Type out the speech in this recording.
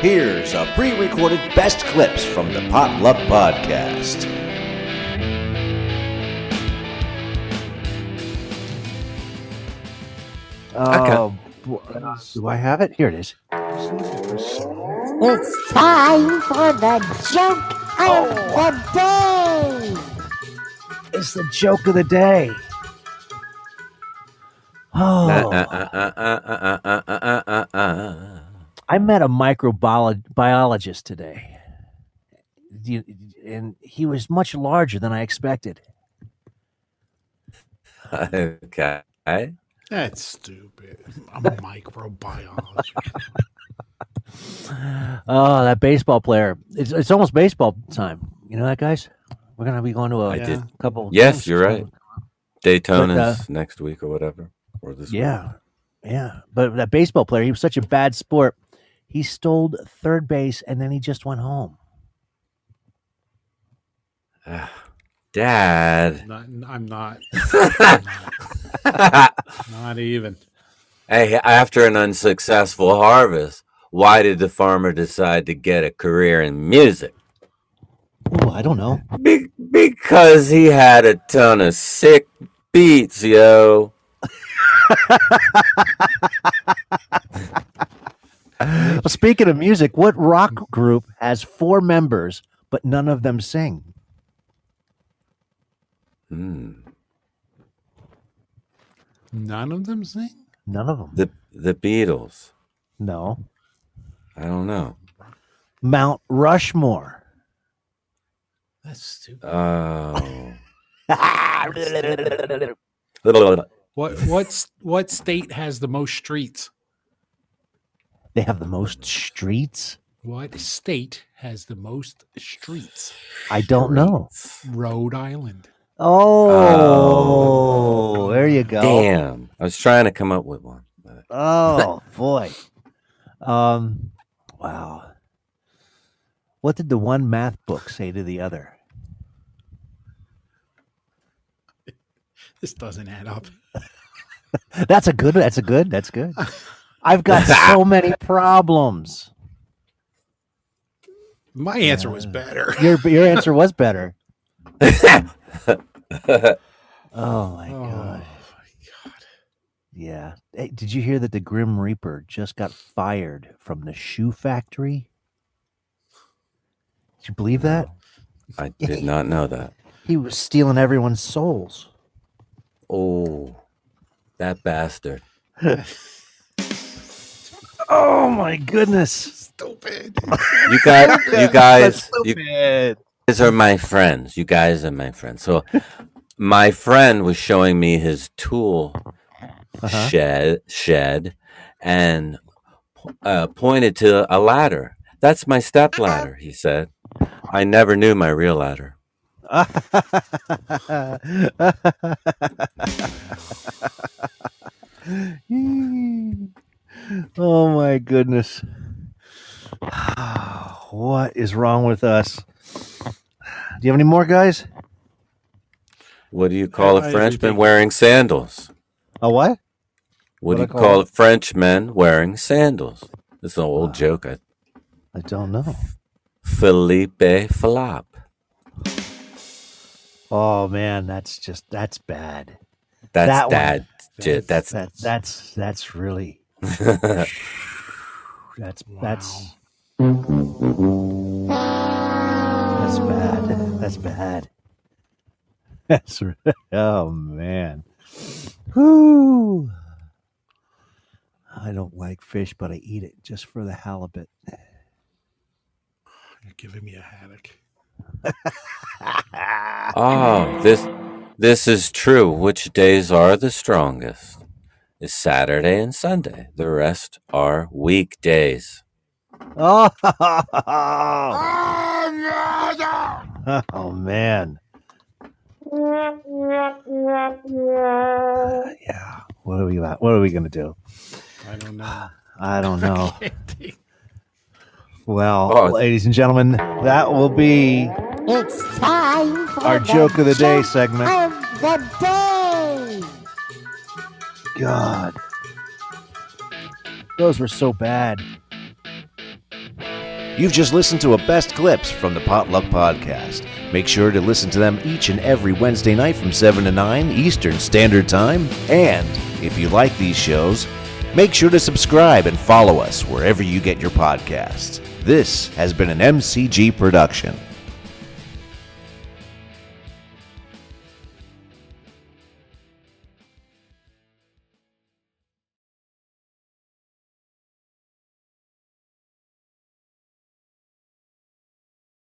Here's a pre recorded best clips from the Pot Love Podcast. Oh, bo- do I have it? Here it is. It's time for the joke of the day. It's the joke of the day. Oh, Uh, I met a microbiologist today, You- and he was much larger than I expected. okay. That's stupid. I'm a microbiologist. Oh, that baseball player! It's, it's almost baseball time. You know that, guys. We're gonna be going to a I did. couple. Yes, you're right. Daytona's But, uh, next week or whatever. Or this Yeah, yeah. But that baseball player, he was such a bad sport. He stole third base and then he just went home. week. Ah, Dad. Not, I'm not. hey, Not even. after an unsuccessful harvest, why did the farmer decide to get a career in music? Oh, I don't know. Be- because he had a ton of sick beats, yo. Well, speaking of music, what rock group has four members but none of them sing? Hmm. None of them sing. None of them. The the Beatles. No. I don't know. Mount Rushmore. That's stupid. Oh. What what's what state has the most streets? They have the most streets. What state has the most streets? I don't know. Rhode Island. Oh, there you go. Damn. I was trying to come up with one. but- Oh boy. Um. Wow. What did the one math book say to the other? This doesn't add up. That's a good. That's a good. That's good. I've got so many problems. My answer was better. Your your answer was better. Oh my god. Yeah. Hey, did you hear that the Grim Reaper just got fired from the shoe factory? Did you believe that? I did not know that. He was stealing everyone's souls. Oh, that bastard. Oh my goodness. Stupid. You guys, you guys, you guys are my friends. You guys are my friends. So, my friend was showing me his tool Uh-huh. shed, shed, and uh, pointed to a ladder. That's my step ladder, he said. I never knew my real ladder. Oh, oh my goodness. what is wrong with us? Do you have any more guys? What do you call a I agree, Frenchman thank- wearing sandals? A what? What What do you I call call a Frenchman wearing sandals? It's an Uh-huh. old joke. I I don't know. Felipe Flop. Oh man, that's just that's bad. That That's one. that. j- That's, That that's that's really that's that's that's bad. That's bad. That's re- oh man. Whoo. I don't like fish, but I eat it just for the halibut. You're giving me a headache. oh, this this is true. Which days are the strongest? Is Saturday and Sunday. The rest are weekdays. Oh, oh man. Uh, yeah. What are we about? What are we gonna do? I don't know. I don't know. Well, Oh. ladies and gentlemen, that will be It's time for our the joke of the day joke segment. of the day. God. Those were so bad. You've just listened to a best clips from the Potluck Podcast. Make sure to listen to them each and every Wednesday night from 7 to 9 Eastern Standard Time. And if you like these shows, make sure to subscribe and follow us wherever you get your podcasts. This has been an MCG production.